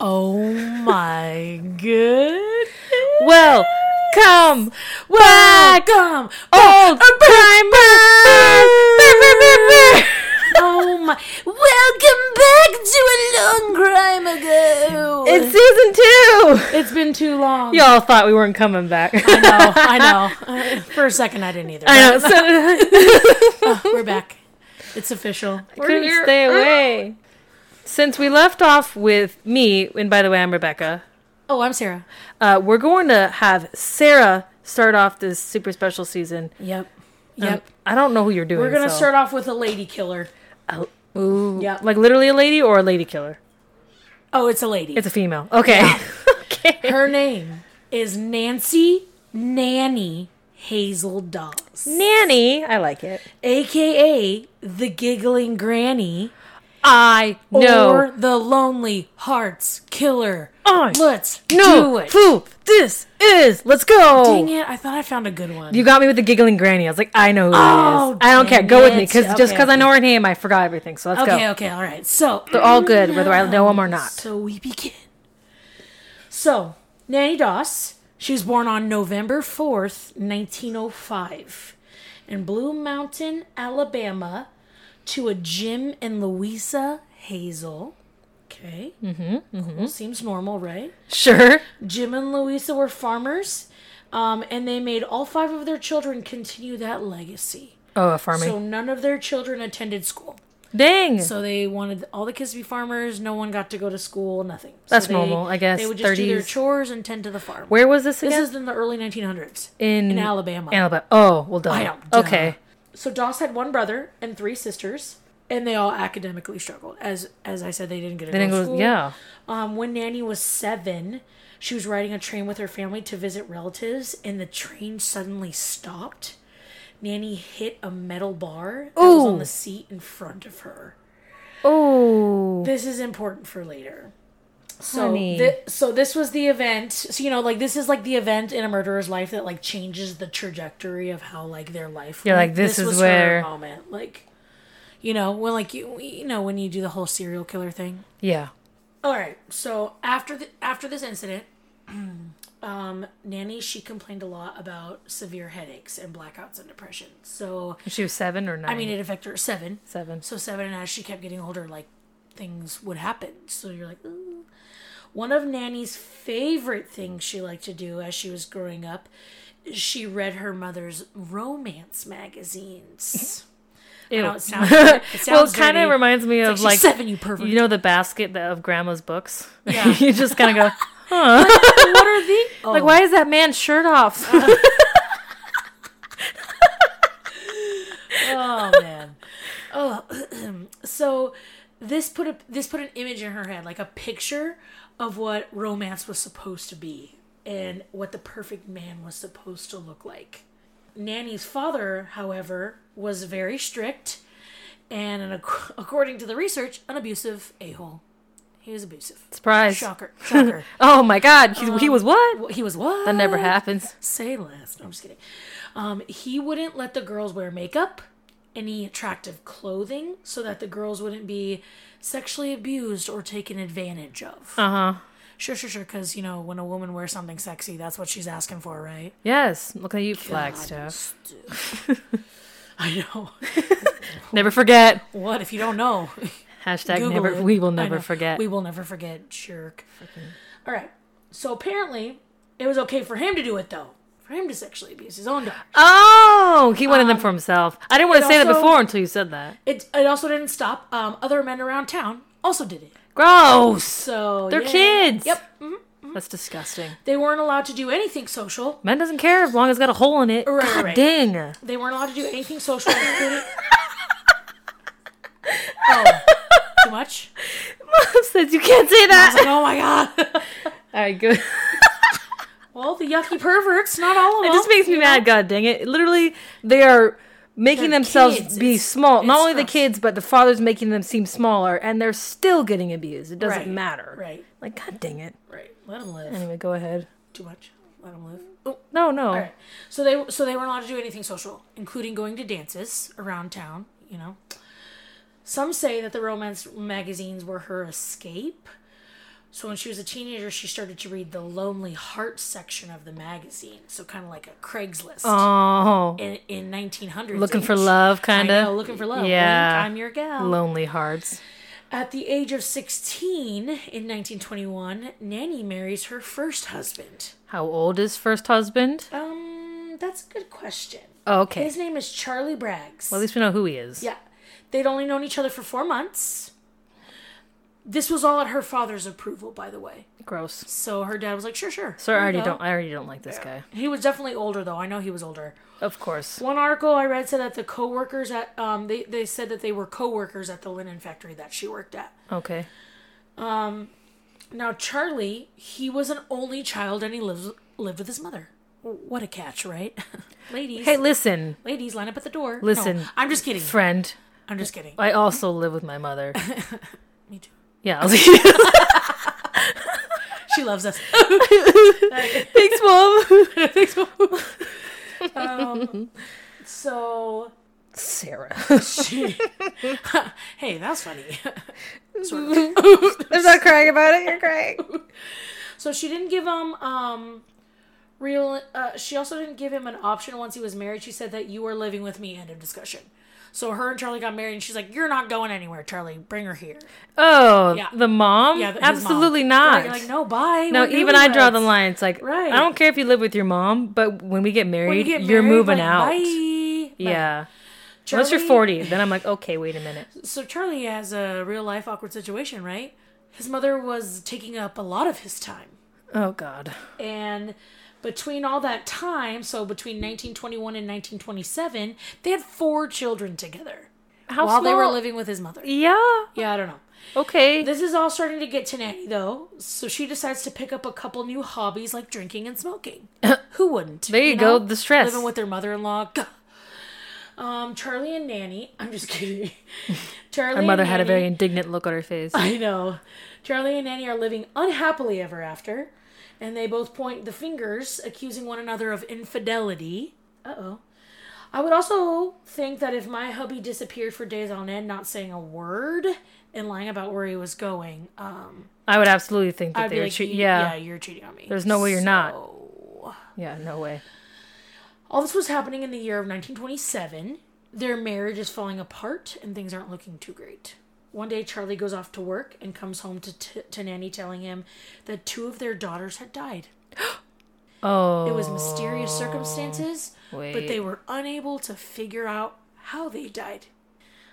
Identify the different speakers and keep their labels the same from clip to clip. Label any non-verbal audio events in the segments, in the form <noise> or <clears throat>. Speaker 1: Oh my good.
Speaker 2: Well, come back,
Speaker 1: Welcome.
Speaker 2: old primers.
Speaker 1: <laughs> Oh my. Welcome back to a long crime ago.
Speaker 2: It's season
Speaker 1: it's been too long.
Speaker 2: two. Y'all thought we weren't coming back.
Speaker 1: I know. I know. Uh, For a second, I didn't either.
Speaker 2: <laughs> I know. So,
Speaker 1: <laughs> Uh, we're back. It's official. Mm.
Speaker 2: couldn't stay away. Since we left off with me, and by the way, I'm Rebecca.
Speaker 1: Oh, I'm Sarah.
Speaker 2: Uh, we're going to have Sarah start off this super special season.
Speaker 1: Yep.
Speaker 2: Um,
Speaker 1: Yep.
Speaker 2: I don't know who you're doing.
Speaker 1: we're gonna
Speaker 2: so-
Speaker 1: start off with a lady killer.
Speaker 2: Ooh,
Speaker 1: Yeah.
Speaker 2: like literally a lady or a lady killer.
Speaker 1: Oh, it's a lady.
Speaker 2: It's a female. Okay. <laughs> okay.
Speaker 1: Her name is Nancy Nanny Hazel Dawes,
Speaker 2: Nanny, I like it.
Speaker 1: aka the Giggling Granny,
Speaker 2: I
Speaker 1: or
Speaker 2: know.
Speaker 1: the Lonely Hearts Killer.
Speaker 2: I
Speaker 1: Let's do
Speaker 2: No
Speaker 1: it.
Speaker 2: foo. This is. Let's go.
Speaker 1: Dang it! I thought I found a good one.
Speaker 2: You got me with the giggling granny. I was like, I know who
Speaker 1: Oh,
Speaker 2: it is. I don't care.
Speaker 1: dang
Speaker 2: Go with me
Speaker 1: it.
Speaker 2: because just
Speaker 1: Okay,
Speaker 2: because I know her name, I forgot everything. So let's
Speaker 1: okay,
Speaker 2: go.
Speaker 1: okay, all right. So
Speaker 2: They're all good, whether I know them or not.
Speaker 1: So we begin. So, Nanny Doss, she was born on November 4th, 1905, in Blue Mountain, Alabama, to a Jim and Louisa Hazel. Okay. Mm-hmm. Cool. Seems normal, right?
Speaker 2: Sure.
Speaker 1: Jim and Louisa were farmers, um, and they made all five of their children continue that legacy.
Speaker 2: Oh, a farming.
Speaker 1: So, none of their children attended school.
Speaker 2: Dang.
Speaker 1: So they wanted all the kids to be farmers. No one got to go to school. Nothing. So
Speaker 2: That's
Speaker 1: they-
Speaker 2: normal, I guess,
Speaker 1: They would just do their
Speaker 2: 30s.
Speaker 1: chores and tend to the farm.
Speaker 2: Where was this
Speaker 1: this
Speaker 2: again?
Speaker 1: is in the early 1900s.
Speaker 2: in,
Speaker 1: in Alabama.
Speaker 2: Alabama. Oh, well, done.
Speaker 1: I know, duh.
Speaker 2: Okay.
Speaker 1: So Doss had one brother and three sisters, and they all academically struggled. As as I said, they didn't get to
Speaker 2: Then it
Speaker 1: go to
Speaker 2: goes,
Speaker 1: school.
Speaker 2: yeah.
Speaker 1: Um, when Nanny was seven, she was riding a train with her family to visit relatives, and the train suddenly stopped. Nanny hit a metal bar that was on
Speaker 2: Ooh.
Speaker 1: the seat in front of her.
Speaker 2: Oh.
Speaker 1: This is important for later. So,
Speaker 2: Honey.
Speaker 1: thi- so this was the event. So you know, like this is like the event in a murderer's life that like changes the trajectory of how like their life.
Speaker 2: Yeah,
Speaker 1: went.
Speaker 2: like, this is
Speaker 1: was her
Speaker 2: where-
Speaker 1: moment, like, you know, when like you you know when you do the whole serial killer thing.
Speaker 2: Yeah.
Speaker 1: All right. So after the after this incident, <clears throat> um, Nanny she complained a lot about severe headaches and blackouts and depression. So
Speaker 2: She was seven or nine?
Speaker 1: I mean, it affected her at seven.
Speaker 2: seven.
Speaker 1: So seven, and as she kept getting older, like things would happen. So you're like, Ooh. one of Nanny's favorite things she liked to do as she was growing up, is she read her mother's romance
Speaker 2: <laughs>
Speaker 1: magazines. I know it sounds, it
Speaker 2: <laughs> Well,
Speaker 1: sounds
Speaker 2: it kind of
Speaker 1: dirty.
Speaker 2: reminds me
Speaker 1: It's
Speaker 2: of like,
Speaker 1: she's seven, you pervert.
Speaker 2: you know, the basket that- of grandma's books?
Speaker 1: Yeah.
Speaker 2: <laughs> you just kind
Speaker 1: <laughs>
Speaker 2: of go,
Speaker 1: what are the
Speaker 2: <laughs> like, why is that man's shirt
Speaker 1: <laughs>
Speaker 2: off?
Speaker 1: oh man. Oh, <clears throat> so this put a this put an image in her head, like a picture of what romance was supposed to be and what the perfect man was supposed to look like. Nanny's father, however, was very strict and an, ac- according to the research, an abusive a-hole. He was abusive.
Speaker 2: Surprise.
Speaker 1: Shocker.
Speaker 2: <laughs>
Speaker 1: Shocker.
Speaker 2: Oh my God, he, he was what?
Speaker 1: he was Um, what?
Speaker 2: That never happens.
Speaker 1: Say less. No, I'm just kidding. Um, he wouldn't let the girls wear makeup, any attractive clothing, so that the girls wouldn't be sexually abused or taken advantage of.
Speaker 2: Uh huh.
Speaker 1: Sure, sure, sure. Because you know, when a woman wears something sexy, that's what she's asking for, right?
Speaker 2: Yes. Look at you,
Speaker 1: God,
Speaker 2: Flagstaff.
Speaker 1: stu- <laughs> I know.
Speaker 2: Never forget.
Speaker 1: What if you don't
Speaker 2: <laughs>
Speaker 1: know?
Speaker 2: Hashtag
Speaker 1: Google
Speaker 2: never.
Speaker 1: it.
Speaker 2: We will
Speaker 1: I
Speaker 2: never
Speaker 1: know.
Speaker 2: forget.
Speaker 1: We will never forget, jerk. All right. So apparently, it was okay for him to do it though. For him to sexually abuse his own daughter.
Speaker 2: oh, he wanted them for himself. I didn't want to
Speaker 1: Um, it
Speaker 2: say that
Speaker 1: also-
Speaker 2: before until you said that.
Speaker 1: It, it also didn't stop. Um, other men around town also did it.
Speaker 2: Gross.
Speaker 1: So
Speaker 2: They're
Speaker 1: yeah.
Speaker 2: kids.
Speaker 1: Yep, mhm.
Speaker 2: That's disgusting.
Speaker 1: they weren't allowed to do anything social.
Speaker 2: Man doesn't care as long as it's got a hole in it.
Speaker 1: Right,
Speaker 2: God
Speaker 1: right.
Speaker 2: dang. <laughs>
Speaker 1: They weren't allowed to do anything social. including- oh, too much.
Speaker 2: Mom says you can't say
Speaker 1: I was
Speaker 2: that.
Speaker 1: like, oh my god. <laughs>
Speaker 2: All right, good.
Speaker 1: Well, the yucky perverts, not all of
Speaker 2: It
Speaker 1: them.
Speaker 2: just makes me mad. God dang it. Literally, they are making
Speaker 1: They're
Speaker 2: themselves
Speaker 1: kids.
Speaker 2: be
Speaker 1: It's-
Speaker 2: small. Not
Speaker 1: it's
Speaker 2: only the
Speaker 1: gross.
Speaker 2: kids, but the father's making them seem smaller, and they're still getting abused. It doesn't
Speaker 1: Right,
Speaker 2: matter.
Speaker 1: right,
Speaker 2: Like, god dang it.
Speaker 1: right. Let them live.
Speaker 2: Anyway, go ahead.
Speaker 1: Too much. Let them live. Oh,
Speaker 2: No, no.
Speaker 1: all right. So they so they weren't allowed to do anything social, including going to dances around town. You know. Some say that the romance magazines were her escape. So when she was a teenager, she started to read the Lonely Heart section of the magazine. So kind of like a Craigslist
Speaker 2: Oh,
Speaker 1: in, in 1900s.
Speaker 2: looking for
Speaker 1: age.
Speaker 2: love,
Speaker 1: I
Speaker 2: kind
Speaker 1: know,
Speaker 2: of.
Speaker 1: looking for love.
Speaker 2: Yeah.
Speaker 1: Wink, I'm your gal.
Speaker 2: Lonely hearts.
Speaker 1: At the age of 16 in 1921, Nanny marries her first husband.
Speaker 2: How old is first husband?
Speaker 1: Um, that's a good question.
Speaker 2: Oh, okay.
Speaker 1: His name is Charlie Braggs.
Speaker 2: Well, at least we know who he is.
Speaker 1: yeah. They'd only known each other for four months. This was all at her father's approval, by the way.
Speaker 2: Gross.
Speaker 1: So her dad was like, sure, sure.
Speaker 2: So
Speaker 1: here
Speaker 2: I
Speaker 1: you
Speaker 2: already
Speaker 1: go."
Speaker 2: don't. I already don't like this guy.
Speaker 1: He was definitely older, though. I know he was older.
Speaker 2: Of course.
Speaker 1: One article I read said that the coworkers at, um, they, they said that they were coworkers at the linen factory that she worked at.
Speaker 2: Okay.
Speaker 1: Now Charlie, he was an only child and he lives lived with his mother. What a catch, right? <laughs> ladies,
Speaker 2: Hey, listen,
Speaker 1: ladies, line up at the door. No,
Speaker 2: Listen,
Speaker 1: I'm just kidding.
Speaker 2: friend.
Speaker 1: I'm just kidding.
Speaker 2: I also live with my
Speaker 1: <laughs>
Speaker 2: mother.
Speaker 1: Me too.
Speaker 2: Yeah.
Speaker 1: <laughs>
Speaker 2: I was-
Speaker 1: She loves us.
Speaker 2: Thanks, <laughs> mom.
Speaker 1: So
Speaker 2: Sarah. <laughs>
Speaker 1: she, <laughs> hey, that's funny. <laughs>
Speaker 2: <laughs> I'm not crying about it. You're crying.
Speaker 1: So she didn't give him um real. Uh, she also didn't give him an option once he was married. She said that you are living with me. End of discussion. So her and Charlie got married, and she's like, "You're not going anywhere, Charlie. Bring her here."
Speaker 2: Oh,
Speaker 1: Yeah.
Speaker 2: the mom?
Speaker 1: Yeah, th- his mom.
Speaker 2: Absolutely not.
Speaker 1: Right, like, no, bye.
Speaker 2: no,
Speaker 1: We're
Speaker 2: even I draw the
Speaker 1: newlyweds."
Speaker 2: line. It's like
Speaker 1: Right.
Speaker 2: I don't care if you live with your mom, but when we get married,
Speaker 1: When you get
Speaker 2: are
Speaker 1: married,
Speaker 2: moving
Speaker 1: like,
Speaker 2: out.
Speaker 1: bye.
Speaker 2: Yeah.
Speaker 1: But
Speaker 2: Unless you're
Speaker 1: Charlie-
Speaker 2: 40, then I'm like, okay, wait a minute.
Speaker 1: So Charlie has a real life awkward situation, right? His mother was taking up a lot of his time.
Speaker 2: Oh God.
Speaker 1: And between all that time, so between 1921 and 1927, they had four children together
Speaker 2: How
Speaker 1: while they were
Speaker 2: small-
Speaker 1: living with his mother.
Speaker 2: Yeah.
Speaker 1: Yeah, I don't know.
Speaker 2: Okay.
Speaker 1: This is all starting to get to Nanny, though. So she decides to pick up a couple new hobbies like drinking and smoking.
Speaker 2: <coughs>
Speaker 1: Who wouldn't?
Speaker 2: There you go, the stress.
Speaker 1: Living with their mother in law. Um, Charlie and Nanny. I'm just
Speaker 2: <laughs>
Speaker 1: kidding. Charlie.
Speaker 2: My mother
Speaker 1: and
Speaker 2: had a
Speaker 1: Nanny-
Speaker 2: very indignant look on her face.
Speaker 1: <laughs> I know. Charlie and Nanny are living unhappily ever after, and they both point the fingers, accusing one another of infidelity. Uh oh. I would also think that if my hubby disappeared for days on end, not saying a word and lying about where he was going, um,
Speaker 2: I would absolutely think that
Speaker 1: I'd
Speaker 2: they
Speaker 1: be
Speaker 2: were
Speaker 1: like,
Speaker 2: cheating.
Speaker 1: "You-
Speaker 2: Yeah. yeah.
Speaker 1: you're cheating on me.
Speaker 2: There's no way you're not.
Speaker 1: So-
Speaker 2: no way.
Speaker 1: All this was happening in the year of 1927. Their marriage is falling apart and things aren't looking too great. One day, Charlie goes off to work and comes home to, t- to Nanny telling him that two of their daughters had died.
Speaker 2: Oh.
Speaker 1: It was mysterious circumstances, but they
Speaker 2: wait.
Speaker 1: were unable to figure out how they died.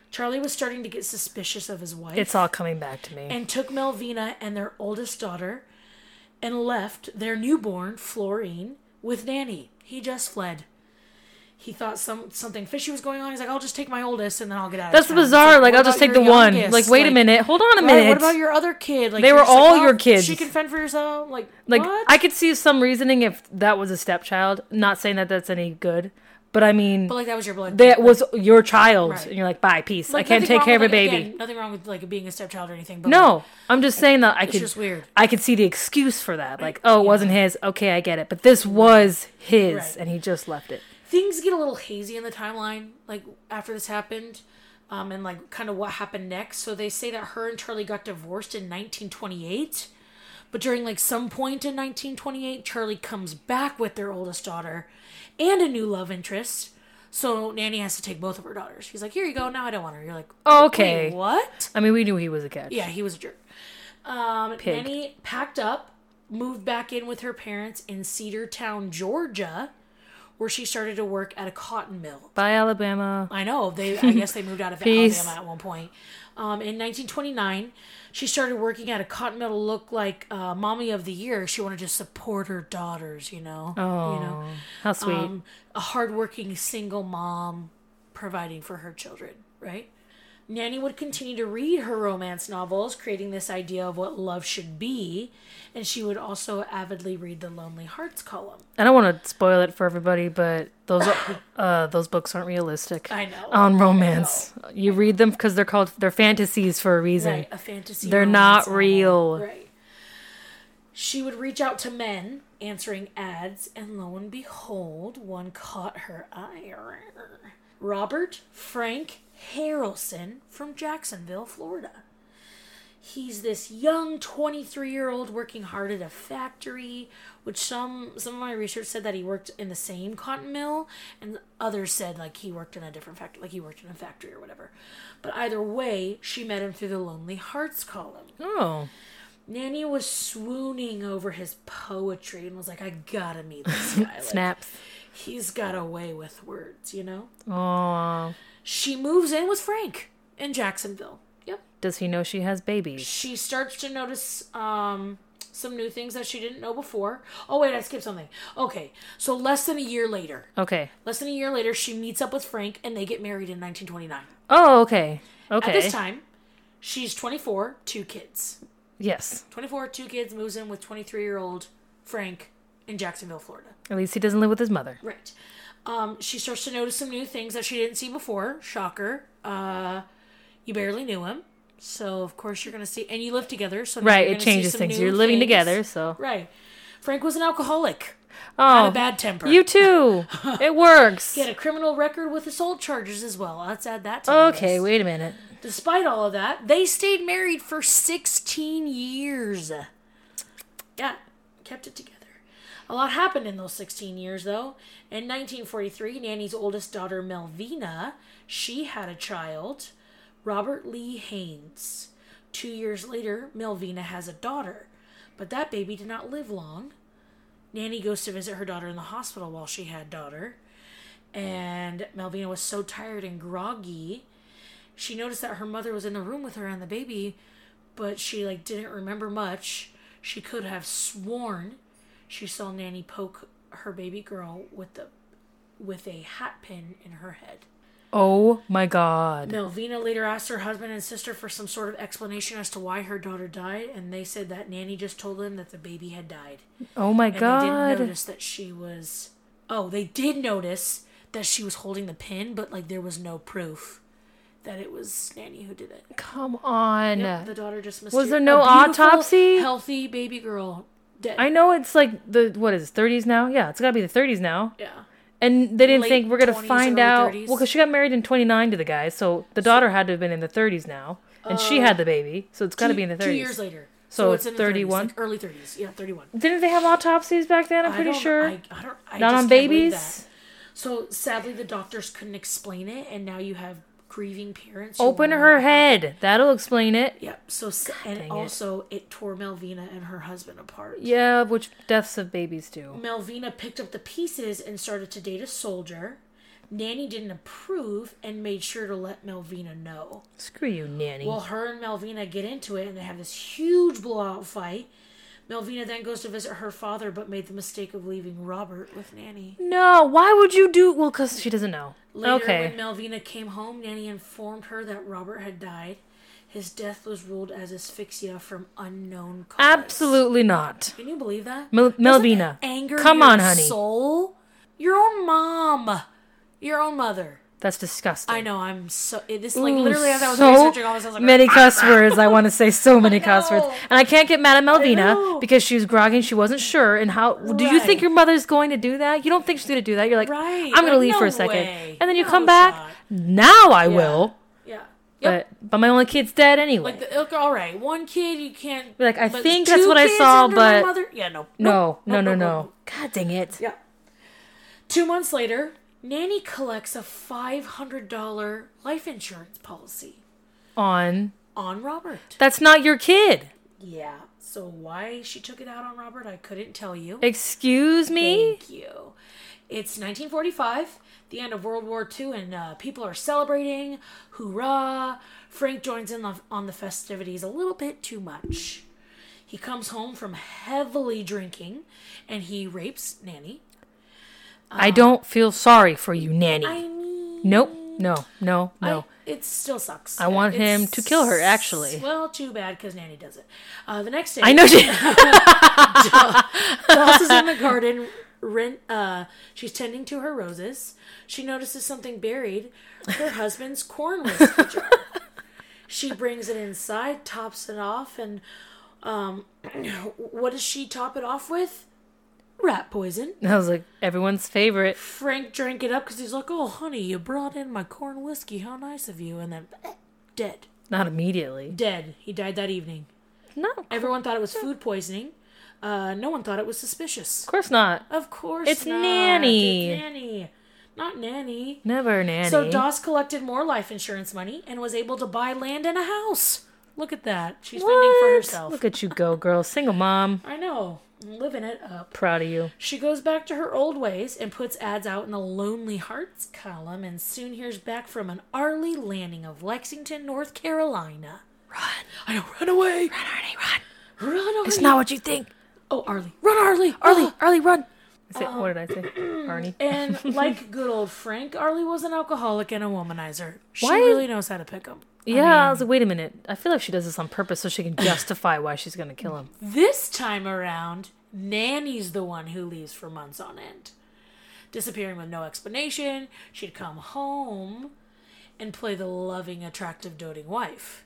Speaker 1: Charlie was starting to get suspicious of his wife
Speaker 2: It's all coming back to me.
Speaker 1: and took Melvina and their oldest daughter and left their newborn, Florine, with Nanny. He just fled. He thought some something fishy was going on. He's like, I'll just take my oldest and then I'll get out
Speaker 2: That's
Speaker 1: of town. It's
Speaker 2: bizarre. Like,
Speaker 1: what
Speaker 2: I'll just
Speaker 1: about
Speaker 2: take the
Speaker 1: your
Speaker 2: one.
Speaker 1: youngest?
Speaker 2: Like, wait a minute. Hold on a
Speaker 1: "Right,
Speaker 2: minute.
Speaker 1: what about your other kid? Like
Speaker 2: They
Speaker 1: you're
Speaker 2: were
Speaker 1: just like,
Speaker 2: all
Speaker 1: "Well,
Speaker 2: your kids."
Speaker 1: She can fend for herself. Like,
Speaker 2: Like
Speaker 1: what?
Speaker 2: I could see some reasoning if that was a stepchild. Not saying that that's any good, but I mean
Speaker 1: but like that was your blood.
Speaker 2: that was your child,
Speaker 1: Right.
Speaker 2: and you're like, bye, peace.
Speaker 1: Like,
Speaker 2: I can't
Speaker 1: nothing
Speaker 2: take
Speaker 1: wrong
Speaker 2: care of a
Speaker 1: with, like,
Speaker 2: baby.
Speaker 1: again, nothing wrong with like being a stepchild or anything. But like,
Speaker 2: no, I'm just saying that I could.
Speaker 1: just weird.
Speaker 2: I could see the excuse for that. Like, oh, it wasn't his. Okay, I get it. But this was his,
Speaker 1: Right.
Speaker 2: and he just left it.
Speaker 1: things get a little hazy in the timeline like after this happened um, and like kind of what happened next so they say that her and charlie got divorced in 1928 but during like some point in 1928 charlie comes back with their oldest daughter and a new love interest so nanny has to take both of her daughters he's like here you go now i don't want her you're like
Speaker 2: Okay.
Speaker 1: "Wait, what
Speaker 2: I mean, we knew he was a catch.
Speaker 1: yeah he was a jerk um,
Speaker 2: Pig.
Speaker 1: nanny packed up moved back in with her parents in cedartown georgia where she started to work at a cotton mill
Speaker 2: Bye, Alabama.
Speaker 1: I know they. I guess they moved
Speaker 2: <laughs>
Speaker 1: out of
Speaker 2: Peace.
Speaker 1: Alabama at one point. Um, in 1929, she started working at a cotton mill to look like uh, mommy of the year. She wanted to support her daughters, you know.
Speaker 2: Oh,
Speaker 1: You know,
Speaker 2: how sweet.
Speaker 1: um, a hardworking single mom providing for her children, right? Nanny would continue to read her romance novels, creating this idea of what love should be, and she would also avidly read the Lonely Hearts column.
Speaker 2: I don't want to spoil it for everybody, but those
Speaker 1: <coughs>
Speaker 2: uh, those books aren't realistic.
Speaker 1: I know.
Speaker 2: On romance, you read them because they're called they're fantasies for a reason.
Speaker 1: Right, a fantasy.
Speaker 2: They're
Speaker 1: romance
Speaker 2: not
Speaker 1: novel.
Speaker 2: real.
Speaker 1: Right. She would reach out to men, answering ads, and lo and behold, one caught her eye. Robert Frank Harrelson from Jacksonville, Florida. He's this young 23 year old working hard at a factory, which some, some of my research said that he worked in the same cotton mill, and others said like he worked in a different factory, like he worked in a factory or whatever. But either way, she met him through the Lonely Hearts column.
Speaker 2: Oh,
Speaker 1: Nanny was swooning over his poetry and was like, I gotta meet this guy. Like,
Speaker 2: snaps.
Speaker 1: he's got a way with words, you know?
Speaker 2: Oh,
Speaker 1: She moves in with Frank in Jacksonville. Yep.
Speaker 2: does he know she has babies?
Speaker 1: She starts to notice um, some new things that she didn't know before. Oh, wait, I skipped something. Okay, so less than a year later,
Speaker 2: Okay.
Speaker 1: less than a year later, she meets up with Frank and they get married in 1929.
Speaker 2: Oh, okay. Okay.
Speaker 1: At this time, she's 24, two kids.
Speaker 2: yes.
Speaker 1: 24, two kids, moves in with 23 year old Frank in Jacksonville, Florida.
Speaker 2: At least he doesn't live with his mother.
Speaker 1: Right. Um, she starts to notice some new things that she didn't see before. Shocker. Uh, you barely knew him. So, of course, you're going to see. And you live together. so now
Speaker 2: Right.
Speaker 1: you're
Speaker 2: It
Speaker 1: gonna see
Speaker 2: changes
Speaker 1: some
Speaker 2: things.
Speaker 1: new
Speaker 2: You're living
Speaker 1: things.
Speaker 2: together, so.
Speaker 1: Right. Frank was an alcoholic.
Speaker 2: Oh,
Speaker 1: a bad temper. <laughs>
Speaker 2: you too. it works.
Speaker 1: He had a criminal record with assault charges as well. Let's add that to the
Speaker 2: Okay.
Speaker 1: list.
Speaker 2: Wait a minute.
Speaker 1: Despite all of that, they stayed married for 16 years. Yeah, kept it together. A lot happened in those 16 years, though. In 1943, Nanny's oldest daughter, Melvina, she had a child, Robert Lee Haynes. Two years later, Melvina has a daughter, but that baby did not live long. Nanny goes to visit her daughter in the hospital while she had daughter, and Melvina was so tired and groggy she noticed that her mother was in the room with her and the baby, but she like didn't remember much. She could have sworn she saw Nanny poke her baby girl with the with a hat pin in her head.
Speaker 2: Oh my God.
Speaker 1: Melvina later asked her husband and sister for some sort of explanation as to why her daughter died, and they said that Nanny just told them that the baby had died.
Speaker 2: Oh my
Speaker 1: And
Speaker 2: God.
Speaker 1: they didn't notice that she was Oh, they did notice that she was holding the pin, but like there was no proof that it was Nanny who did it.
Speaker 2: Come on.
Speaker 1: The daughter just myster-
Speaker 2: Was there no
Speaker 1: a beautiful,
Speaker 2: autopsy?
Speaker 1: Healthy baby girl dead.
Speaker 2: I know it's like the what is it, 30s now? Yeah, it's got to be the 30s now.
Speaker 1: yeah.
Speaker 2: And they didn't
Speaker 1: Late
Speaker 2: think we're gonna
Speaker 1: 20s,
Speaker 2: find
Speaker 1: early
Speaker 2: out.
Speaker 1: 30s.
Speaker 2: Well, because she got married in 29 to the guy, so the daughter had to have been in the 30s now, and she had the baby, so it's got to
Speaker 1: Uh, Two-
Speaker 2: be in the 30s.
Speaker 1: Two years later.
Speaker 2: So
Speaker 1: it's in the 30s,
Speaker 2: 31?
Speaker 1: like early 30s. Yeah, 31.
Speaker 2: Didn't they have autopsies back then? I'm
Speaker 1: I
Speaker 2: pretty
Speaker 1: don't-
Speaker 2: sure.
Speaker 1: I, I don't, I
Speaker 2: Not
Speaker 1: just
Speaker 2: on
Speaker 1: can't believe
Speaker 2: babies.
Speaker 1: that. So sadly, the doctors couldn't explain it, and now you have grieving parents. who
Speaker 2: Open
Speaker 1: won't-
Speaker 2: her head. That'll explain it.
Speaker 1: Yep. So s-
Speaker 2: dang it.
Speaker 1: and also it tore Melvina and her husband apart.
Speaker 2: Yeah, which deaths of babies do.
Speaker 1: Melvina picked up the pieces and started to date a soldier. Nanny didn't approve and made sure to let Melvina know.
Speaker 2: Screw you, nanny.
Speaker 1: Well, her and Melvina get into it and they have this huge blowout fight. Melvina then goes to visit her father but made the mistake of leaving Robert with Nanny.
Speaker 2: no, why would you do? Well, because she doesn't know.
Speaker 1: Later,
Speaker 2: okay.
Speaker 1: when Melvina came home, Nanny informed her that Robert had died. His death was ruled as asphyxia from unknown cause.
Speaker 2: Absolutely not.
Speaker 1: Can you believe that?
Speaker 2: Mel-
Speaker 1: Doesn't
Speaker 2: Melvina,
Speaker 1: it Anger
Speaker 2: come
Speaker 1: your
Speaker 2: on, honey.
Speaker 1: Soul? Your own mom. Your own mother.
Speaker 2: That's disgusting.
Speaker 1: I know, I'm so. It, this, like,
Speaker 2: Ooh,
Speaker 1: literally, as I was
Speaker 2: so
Speaker 1: researching all this, I was like, "Ah,
Speaker 2: many cuss words. I want to say
Speaker 1: <laughs>
Speaker 2: so many cuss
Speaker 1: know.
Speaker 2: words, and I can't get mad at Melvina
Speaker 1: know.
Speaker 2: because she was groggy. and She wasn't sure. And how do you think
Speaker 1: Right.
Speaker 2: your mother's going to do that? You don't think she's going to do that? You're like,
Speaker 1: Right.
Speaker 2: I'm going to
Speaker 1: Like,
Speaker 2: leave for
Speaker 1: no
Speaker 2: a second,
Speaker 1: way.
Speaker 2: and then you
Speaker 1: No
Speaker 2: come back.
Speaker 1: shot.
Speaker 2: Now I will,
Speaker 1: yeah. Yep.
Speaker 2: but but my only kid's dead anyway.
Speaker 1: Like, the, okay, all right, one kid you can't.
Speaker 2: Like, I
Speaker 1: but
Speaker 2: think that's
Speaker 1: two
Speaker 2: what I
Speaker 1: kids
Speaker 2: saw,
Speaker 1: under my
Speaker 2: but-
Speaker 1: mother? yeah, no,
Speaker 2: no, no,
Speaker 1: nope,
Speaker 2: no, no,
Speaker 1: nope, nope,
Speaker 2: God dang it!
Speaker 1: yeah. Two months later, Nanny collects a five hundred dollar life insurance policy
Speaker 2: On
Speaker 1: on Robert.
Speaker 2: that's not your kid.
Speaker 1: Yeah. So why she took it out on Robert, I couldn't tell you.
Speaker 2: Excuse me.
Speaker 1: Thank you. It's 1945, the end of World War II, and uh, people are celebrating. Hoorah! Frank joins in the, on the festivities a little bit too much. He comes home from heavily drinking and he rapes Nanny.
Speaker 2: I don't feel sorry for you, nanny.
Speaker 1: Ah. I mean,
Speaker 2: Nope. No, no, no.
Speaker 1: I, it still sucks.
Speaker 2: I want him to kill her, actually.
Speaker 1: Well, too bad because Nanny does it. Uh, the next day,
Speaker 2: I, know she. <laughs>
Speaker 1: Doss is in the garden. Rent, uh, she's tending to her roses. She notices something buried. Her husband's corn whisk jar. She brings it inside, tops it off, and um, <clears throat> what does she top it off with? Rat poison.
Speaker 2: I was like everyone's favorite.
Speaker 1: Frank drank it up because he's like, "Oh, honey, you brought in my corn whiskey. How nice of you!" And then, <clears throat> dead,
Speaker 2: Not immediately.
Speaker 1: dead. He died that evening.
Speaker 2: No, of
Speaker 1: Everyone thought it was food poisoning. Uh, no one thought it was suspicious.
Speaker 2: course not.
Speaker 1: Of course,
Speaker 2: It's
Speaker 1: not.
Speaker 2: Nanny.
Speaker 1: It's nanny, not nanny.
Speaker 2: Never nanny.
Speaker 1: So Doss collected more life insurance money and was able to buy land and a house. Look at that. She's fending for
Speaker 2: What?
Speaker 1: herself.
Speaker 2: Look at you go, girl. Single mom.
Speaker 1: I know. I'm living it up.
Speaker 2: Proud of you.
Speaker 1: She goes back to her old ways and puts ads out in the Lonely Hearts column and soon hears back from an Arlie Lanning of Lexington, North Carolina.
Speaker 2: Run,
Speaker 1: I know, run away!
Speaker 2: Arnie, run.
Speaker 1: Run away!
Speaker 2: It's not what you think.
Speaker 1: oh, Arlie. Run, Arlie!
Speaker 2: Arlie,
Speaker 1: Arlie! Um,
Speaker 2: Arlie, run. I said, Oh. what did I say?
Speaker 1: <clears throat>
Speaker 2: Arnie.
Speaker 1: <laughs> and like good old Frank, Arlie was an alcoholic and a womanizer. She
Speaker 2: Why-
Speaker 1: really knows how to pick 'em.
Speaker 2: yeah, I was like, wait a minute. I feel like she does this on purpose so she can justify why she's gonna kill him.
Speaker 1: This time around, Nanny's the one who leaves for months on end. Disappearing with no explanation, she'd come home and play the loving, attractive, doting wife.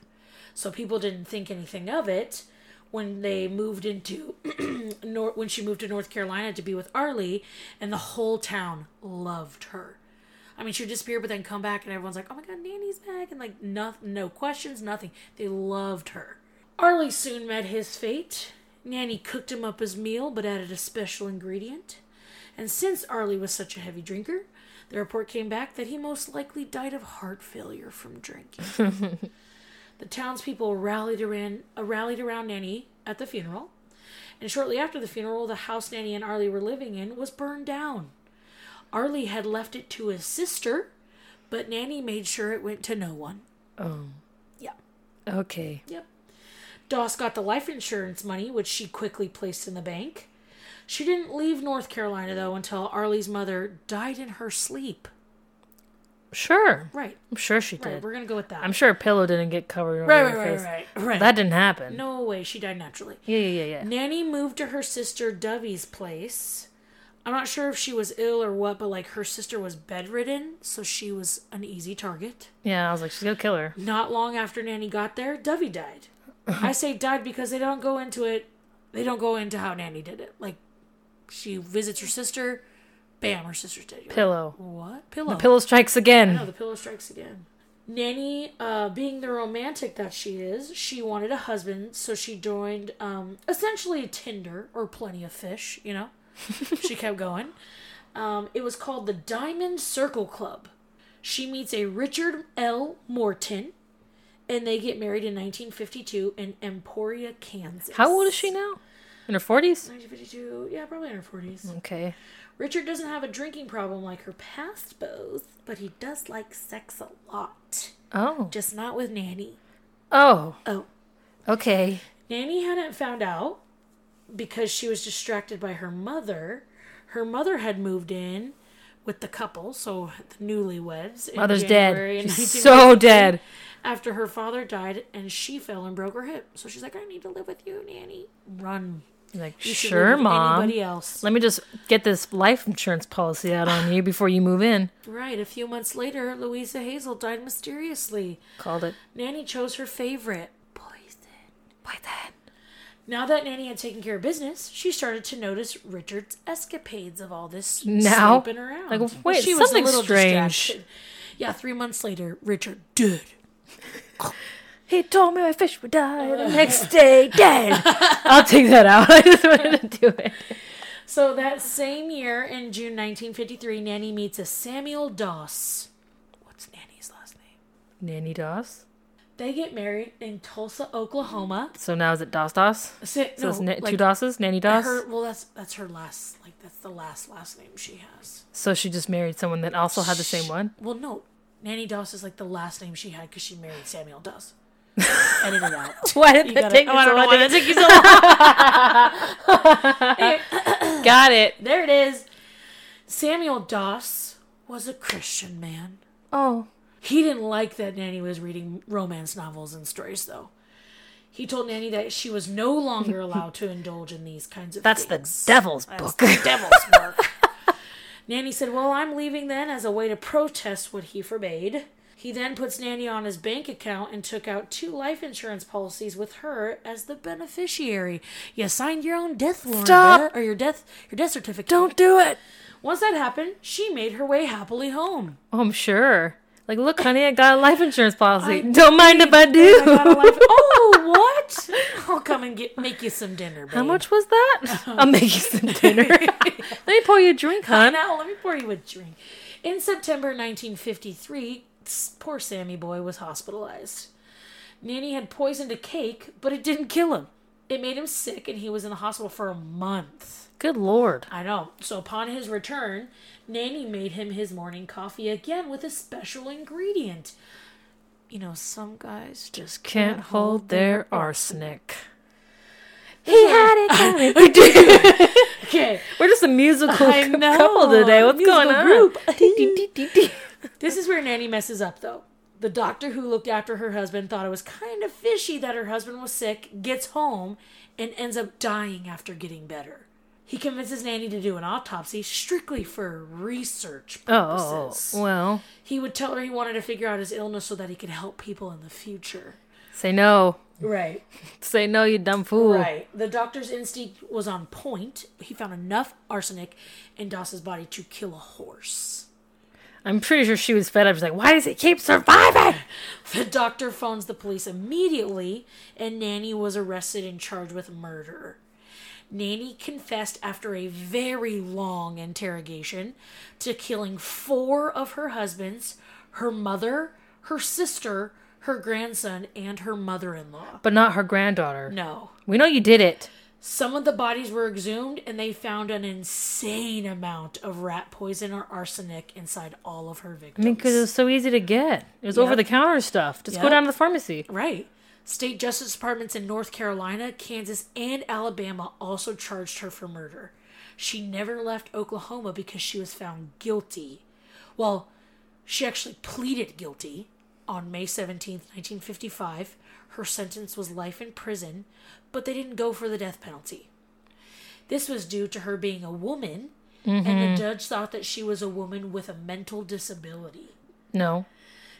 Speaker 1: So people didn't think anything of it when they moved into <clears throat> Nor- when she moved to North Carolina to be with Arlie, and the whole town loved her. I mean, she would disappear, but then come back, and everyone's like, "Oh my God, Nanny's back!" and like, no, no questions, nothing. They loved her. Arlie soon met his fate. Nanny cooked him up his meal, but added a special ingredient. And since Arlie was such a heavy drinker, the report came back that he most likely died of heart failure from drinking. the townspeople rallied around, uh, rallied around Nanny at the funeral, and shortly after the funeral, the house Nanny and Arlie were living in was burned down. Arlie had left it to his sister, but Nanny made sure it went to no one.
Speaker 2: Oh.
Speaker 1: Yeah.
Speaker 2: Okay.
Speaker 1: Yep. Doss got the life insurance money, which she quickly placed in the bank. She didn't leave North Carolina, though, until Arlie's mother died in her sleep.
Speaker 2: Sure.
Speaker 1: Right.
Speaker 2: I'm sure she
Speaker 1: Right.
Speaker 2: did.
Speaker 1: We're going to go with that.
Speaker 2: I'm sure a pillow didn't get covered over
Speaker 1: right, right,
Speaker 2: her
Speaker 1: right,
Speaker 2: face.
Speaker 1: right, right.
Speaker 2: That didn't happen.
Speaker 1: no way. She died naturally.
Speaker 2: Yeah, yeah, yeah, yeah.
Speaker 1: Nanny moved to her sister Dovey's place. I'm not sure if she was ill or what, but like her sister was bedridden, so she was an easy target.
Speaker 2: Yeah, I was like, she's gonna kill her.
Speaker 1: Not long after Nanny got there, Dovey died. I say died because they don't go into it. They don't go into how Nanny did it. Like, she visits her sister. Bam, her sister's dead. You're like,
Speaker 2: Pillow.
Speaker 1: what? Pillow.
Speaker 2: Pillow strikes
Speaker 1: No,
Speaker 2: again.
Speaker 1: the pillow strikes again. Nanny, uh, being the romantic that she is, she wanted a husband, so she joined um, essentially Tinder or Plenty of Fish, you know?
Speaker 2: <laughs>
Speaker 1: she kept going. Um, it was called the Diamond Circle Club. She meets a Richard L. Morton, and they get married in 1952 in Emporia, Kansas.
Speaker 2: How old is she now? In her forties?
Speaker 1: 1952, yeah, probably in her 40s.
Speaker 2: Okay.
Speaker 1: Richard doesn't have a drinking problem like her past beaux, but he does like sex a lot.
Speaker 2: Oh.
Speaker 1: Just not with Nanny.
Speaker 2: Oh.
Speaker 1: Oh.
Speaker 2: Okay.
Speaker 1: Nanny hadn't found out because she was distracted by her mother. Her mother had moved in with the couple, so the newlyweds. in
Speaker 2: Mother's
Speaker 1: January in
Speaker 2: dead. She's so
Speaker 1: 1952,
Speaker 2: dead.
Speaker 1: After her father died, and she fell and broke her hip. So she's like, I need to live with you, Nanny. Run.
Speaker 2: Like,
Speaker 1: You should
Speaker 2: sure,
Speaker 1: live with
Speaker 2: mom.
Speaker 1: Anybody else.
Speaker 2: Let me just get this life insurance policy out on you before you move in.
Speaker 1: Right. A few months later, Louisa Hazel died mysteriously.
Speaker 2: Called it.
Speaker 1: Nanny chose her favorite poison.
Speaker 2: Why that?
Speaker 1: Now that Nanny had taken care of business, she started to notice Richard's escapades of all this
Speaker 2: Now?
Speaker 1: sleeping around.
Speaker 2: Like,
Speaker 1: Well,
Speaker 2: wait, something's strange.
Speaker 1: distracted. Yeah, three months later, Richard did.
Speaker 2: He told me my fish would die
Speaker 1: <laughs>
Speaker 2: the next day dead. I'll take that out. <laughs> I just wanted to do it.
Speaker 1: So that same year, in June 1953, Nanny meets a Samuel Doss. What's Nanny's last name?
Speaker 2: Nanny Doss.
Speaker 1: They get married in Tulsa, Oklahoma.
Speaker 2: So now is it Doss Doss?
Speaker 1: So,
Speaker 2: So
Speaker 1: no,
Speaker 2: it's na- two
Speaker 1: like,
Speaker 2: Dosses? Nanny Doss?
Speaker 1: her, well, that's that's her last, like that's the last last name she has.
Speaker 2: So she just married someone that also had the same one? <laughs>
Speaker 1: Well, no. Nanny Doss is like the last name she had because she married Samuel
Speaker 2: <laughs>
Speaker 1: Doss. Edit it out.
Speaker 2: Why did
Speaker 1: You
Speaker 2: that
Speaker 1: got it.
Speaker 2: take you
Speaker 1: Oh, I
Speaker 2: so
Speaker 1: don't know
Speaker 2: long?
Speaker 1: why
Speaker 2: Did that take you so long? <laughs>
Speaker 1: Uh,
Speaker 2: Got it.
Speaker 1: There it is. Samuel Doss was a Christian man.
Speaker 2: Oh.
Speaker 1: He didn't like that Nanny was reading romance novels and stories, though. He told Nanny that she was no longer
Speaker 2: <laughs>
Speaker 1: allowed to indulge in these kinds of
Speaker 2: That's the
Speaker 1: things.
Speaker 2: devil's
Speaker 1: That's
Speaker 2: book. <laughs>
Speaker 1: the devil's work. Nanny said, Well, I'm leaving then as a way to protest what he forbade. He then puts Nanny on his bank account and took out two life insurance policies with her as the beneficiary. You signed your own death warrant
Speaker 2: Stop.
Speaker 1: eh? or your death your death certificate.
Speaker 2: Don't do it.
Speaker 1: Once that happened, she made her way happily home.
Speaker 2: Oh, I'm sure. Like, look, honey, I got a life insurance policy.
Speaker 1: I-
Speaker 2: Don't mind if I
Speaker 1: I got a
Speaker 2: do. <laughs>
Speaker 1: life- oh, what? I'll come and get make you some dinner, babe.
Speaker 2: How much
Speaker 1: <laughs>
Speaker 2: was that? I'll make you some dinner. <laughs> Let me pour you a drink, hon.
Speaker 1: Now, let me pour you a drink. In September 1953, s- poor Sammy boy was hospitalized. Nanny had poisoned a cake, but it didn't kill him. It made him sick, and he was in the hospital for a month.
Speaker 2: Good lord.
Speaker 1: I know. So upon his return, Nanny made him his morning coffee again with a special ingredient. You know, some guys just
Speaker 2: Can't hold their arsenic.
Speaker 1: He had <laughs> it.
Speaker 2: we do. <laughs>
Speaker 1: Okay.
Speaker 2: We're just a musical
Speaker 1: I
Speaker 2: cou-
Speaker 1: know,
Speaker 2: couple today. What's
Speaker 1: musical
Speaker 2: going on?
Speaker 1: group.
Speaker 2: Dee, <laughs> dee, dee, dee, dee.
Speaker 1: This is where Nanny messes up, though. The doctor who looked after her husband thought it was kind of fishy that her husband was sick, gets home, and ends up dying after getting better. He convinces Nanny to do an autopsy strictly for research
Speaker 2: Oh,
Speaker 1: purposes.
Speaker 2: well.
Speaker 1: He would tell her he wanted to figure out his illness so that he could help people in the future.
Speaker 2: Say no.
Speaker 1: Right.
Speaker 2: Say no, you dumb fool.
Speaker 1: Right. The doctor's instinct was on point. He found enough arsenic in Doss's body to kill a horse.
Speaker 2: I'm pretty sure she was fed up. She's like, why does it keep surviving?
Speaker 1: The doctor phones the police immediately, and Nanny was arrested and charged with murder. Nanny confessed after a very long interrogation to killing four of her husbands, her mother, her sister, her grandson, and her mother in law.
Speaker 2: But not her granddaughter.
Speaker 1: No.
Speaker 2: We know you did it.
Speaker 1: Some of the bodies were exhumed, and they found an insane amount of rat poison or arsenic inside all of her victims.
Speaker 2: I mean, because it was so easy to get. It was over the counter stuff. Just go
Speaker 1: Yep.
Speaker 2: down to the pharmacy.
Speaker 1: Right. State justice departments in North Carolina, Kansas, and Alabama also charged her for murder. She never left Oklahoma because she was found guilty. Well, she actually pleaded guilty on May seventeenth, 1955. Her sentence was life in prison, but they didn't go for the death penalty. This was due to her being a woman, and the judge thought that she was a woman with a mental disability.
Speaker 2: No.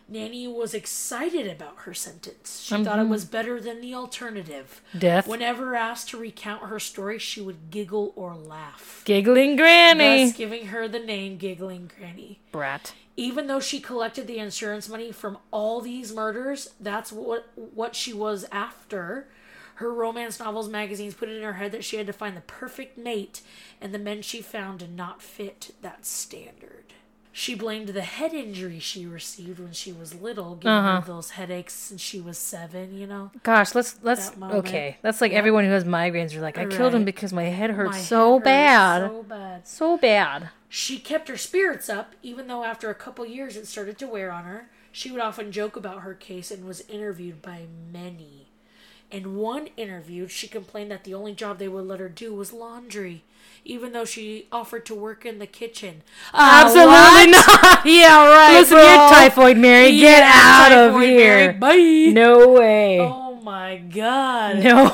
Speaker 1: Nanny was excited about her sentence. She thought it was better than the alternative.
Speaker 2: Death.
Speaker 1: Whenever asked to recount her story, she would giggle or laugh,
Speaker 2: Giggling Granny.
Speaker 1: thus giving her the name Giggling Granny.
Speaker 2: Brat.
Speaker 1: Even though she collected the insurance money from all these murders, that's what what she was after. Her romance novels magazines put it in her head that she had to find the perfect mate, and the men she found did not fit that standard. She blamed the head injury she received when she was little, giving
Speaker 2: Uh-huh.
Speaker 1: her those headaches since she was seven, you know?
Speaker 2: Gosh, let's let's
Speaker 1: That moment.
Speaker 2: okay. That's like everyone who has migraines. You're like, I killed him
Speaker 1: Right.
Speaker 2: because my head hurts
Speaker 1: My
Speaker 2: so
Speaker 1: head hurts
Speaker 2: bad, so...
Speaker 1: So bad.
Speaker 2: bad.
Speaker 1: She kept her spirits up, even though after a couple years it started to wear on her. She would often joke about her case and was interviewed by many. In one interview, she complained that the only job they would let her do was laundry, even though she offered to work in the kitchen. Uh,
Speaker 2: Absolutely not. Yeah, right. Listen,
Speaker 1: bro.
Speaker 2: you're typhoid Mary. Get out of here.
Speaker 1: Bye.
Speaker 2: No way.
Speaker 1: Oh my god. <laughs>
Speaker 2: No.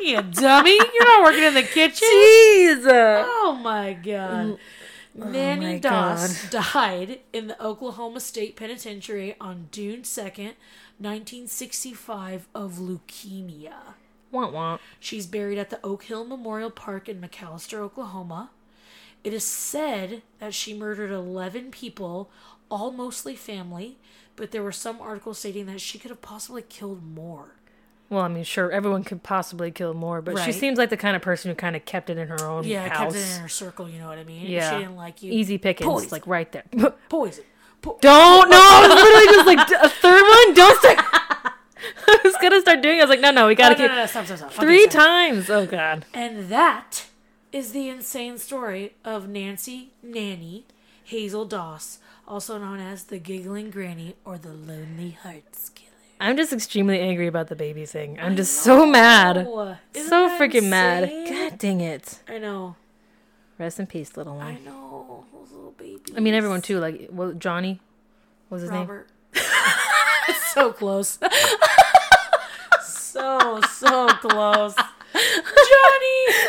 Speaker 1: You dummy. You're not working
Speaker 2: <laughs>
Speaker 1: in the kitchen.
Speaker 2: Jesus.
Speaker 1: Oh my god. Nanny
Speaker 2: oh my
Speaker 1: Doss <laughs> died in the Oklahoma State Penitentiary on June 2nd, 1965, of leukemia.
Speaker 2: Want want.
Speaker 1: She's buried at the Oak Hill Memorial Park in McAllister, Oklahoma. It is said that she murdered 11 people, all mostly family, but there were some articles stating that she could have possibly killed more.
Speaker 2: Well, I mean, sure, everyone could possibly kill more, but she
Speaker 1: Right.
Speaker 2: seems like the kind of person who kind of kept it in her own
Speaker 1: Yeah,
Speaker 2: house.
Speaker 1: kept it in her circle, you know what I mean? If
Speaker 2: Yeah.
Speaker 1: She didn't like you.
Speaker 2: Easy pickings,
Speaker 1: Poison.
Speaker 2: like right there. <laughs>
Speaker 1: Poison. Po-
Speaker 2: Don't no,
Speaker 1: <laughs>
Speaker 2: it's literally just like a third one. Don't start. <laughs> I was gonna start doing. it. I was like, no, no, we
Speaker 1: No,
Speaker 2: gotta
Speaker 1: no,
Speaker 2: keep
Speaker 1: no, no, stop, stop, stop. Okay,
Speaker 2: three
Speaker 1: stop.
Speaker 2: times. Oh god.
Speaker 1: And that is the insane story of Nancy Nanny Hazel Doss, also known as the Giggling Granny or the Lonely Hearts Killer.
Speaker 2: I'm just extremely angry about the baby thing. I'm just so mad,
Speaker 1: Oh, isn't
Speaker 2: so
Speaker 1: that
Speaker 2: freaking mad.
Speaker 1: insane?
Speaker 2: God dang it.
Speaker 1: I know.
Speaker 2: Rest in peace, little one.
Speaker 1: I know. Those little babies.
Speaker 2: I mean, everyone too. Like, well, Johnny. was his name?
Speaker 1: Robert. <laughs> so close. so so
Speaker 2: <laughs>
Speaker 1: close. Johnny.
Speaker 2: <laughs> I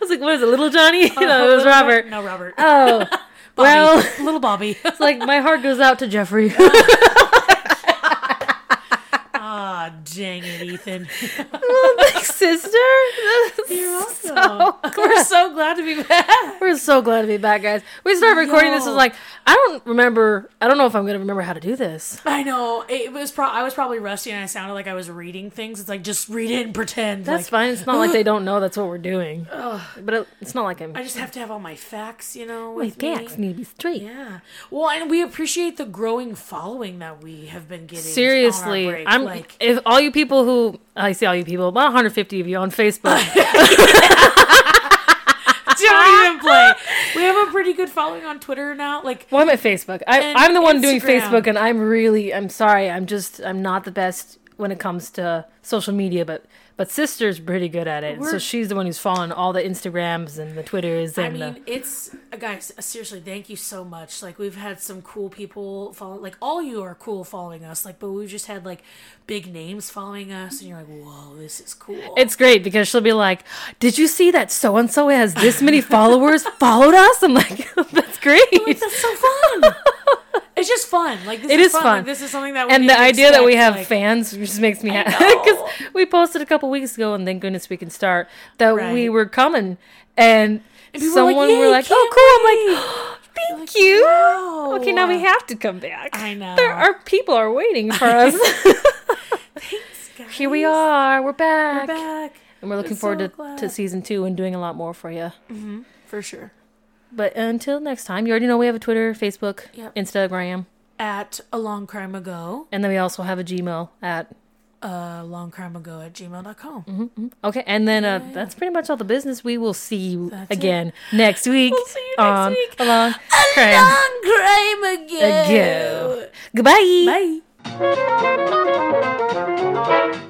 Speaker 2: was like, what is it,
Speaker 1: <laughs>
Speaker 2: Little Johnny? no,
Speaker 1: Oh,
Speaker 2: it was
Speaker 1: little Ro-
Speaker 2: Robert.
Speaker 1: No, Robert.
Speaker 2: Oh,
Speaker 1: Bobby.
Speaker 2: well, it's
Speaker 1: little Bobby. <laughs>
Speaker 2: like my heart goes out to Jeffrey. <laughs>
Speaker 1: Ah, dang it,
Speaker 2: <laughs>
Speaker 1: Ethan. <laughs>
Speaker 2: like, sister? <laughs>
Speaker 1: You're
Speaker 2: So
Speaker 1: welcome. We're so glad to be back.
Speaker 2: We're so glad to be back, guys. We started recording this. I
Speaker 1: Yo.
Speaker 2: was like, I don't remember. I don't know if I'm gonna remember how to do this.
Speaker 1: I know it was. Pro- I was probably rusty, and I sounded like I was reading things. It's like just read it and pretend.
Speaker 2: That's
Speaker 1: like,
Speaker 2: fine. It's not like they don't know that's what we're doing. But it, it's not like I'm.
Speaker 1: I just have to have all my facts, you know.
Speaker 2: my
Speaker 1: With
Speaker 2: facts
Speaker 1: Me.
Speaker 2: need to be straight.
Speaker 1: Yeah. Well, and we appreciate the growing following that we have been getting. on our
Speaker 2: Seriously,
Speaker 1: break.
Speaker 2: I'm. <laughs>
Speaker 1: like,
Speaker 2: if all you people who I see all you people, about 150 of you on Facebook. <laughs>
Speaker 1: <laughs> don't even play. We have a pretty good following on Twitter now. Like,
Speaker 2: Well, I'm at Facebook. I,
Speaker 1: And
Speaker 2: I'm the one doing
Speaker 1: Instagram.
Speaker 2: Facebook, and I'm really, I'm sorry, I'm just, I'm not the best when it comes to social media, but but sister's pretty good at it. so
Speaker 1: We're-
Speaker 2: she's the one who's following all the Instagrams and the Twitters
Speaker 1: I
Speaker 2: and
Speaker 1: mean,
Speaker 2: the,
Speaker 1: it's uh, guys. uh, Seriously, thank you so much. Like we've had some cool people follow. Like all you are cool following us. Like, but we've just had like big names following us, and you're like, whoa, this is cool.
Speaker 2: it's great because she'll be like, "Did you see that so and so has this many <laughs> followers followed us?" I'm like, <laughs> "That's great."
Speaker 1: Like, that's so fun. <laughs> it's just fun. Like this
Speaker 2: It
Speaker 1: is
Speaker 2: is
Speaker 1: fun.
Speaker 2: fun.
Speaker 1: Like, this is something that we
Speaker 2: and the
Speaker 1: didn't
Speaker 2: idea that we
Speaker 1: expect,
Speaker 2: have
Speaker 1: like,
Speaker 2: fans just makes me <laughs> happy because we posted a couple weeks ago and thank goodness we can start that we
Speaker 1: Right.
Speaker 2: were coming and,
Speaker 1: people were like,
Speaker 2: someone were
Speaker 1: "Yay,
Speaker 2: like
Speaker 1: can't
Speaker 2: oh cool <gasps> i'm like thank you
Speaker 1: wow.
Speaker 2: okay now we have to come back
Speaker 1: I know.
Speaker 2: there are people are waiting <laughs> for us
Speaker 1: Thanks, guys.
Speaker 2: here <laughs> we are we're back,
Speaker 1: back
Speaker 2: and we're looking
Speaker 1: so
Speaker 2: forward to,
Speaker 1: glad.
Speaker 2: to season two and doing a lot more for you
Speaker 1: for sure.
Speaker 2: but until next time you already know we have a twitter facebook
Speaker 1: Yep.
Speaker 2: instagram
Speaker 1: At a long crime ago,
Speaker 2: and then we also have a gmail at
Speaker 1: uh, long crime ago at gmail.com.
Speaker 2: Mm-hmm. Okay, and then uh, that's pretty much all the business. We will see you
Speaker 1: That's it.
Speaker 2: again next week
Speaker 1: We'll see you next
Speaker 2: on
Speaker 1: week.
Speaker 2: Along Crime
Speaker 1: Long crime ago.
Speaker 2: Ago. Goodbye.
Speaker 1: Bye.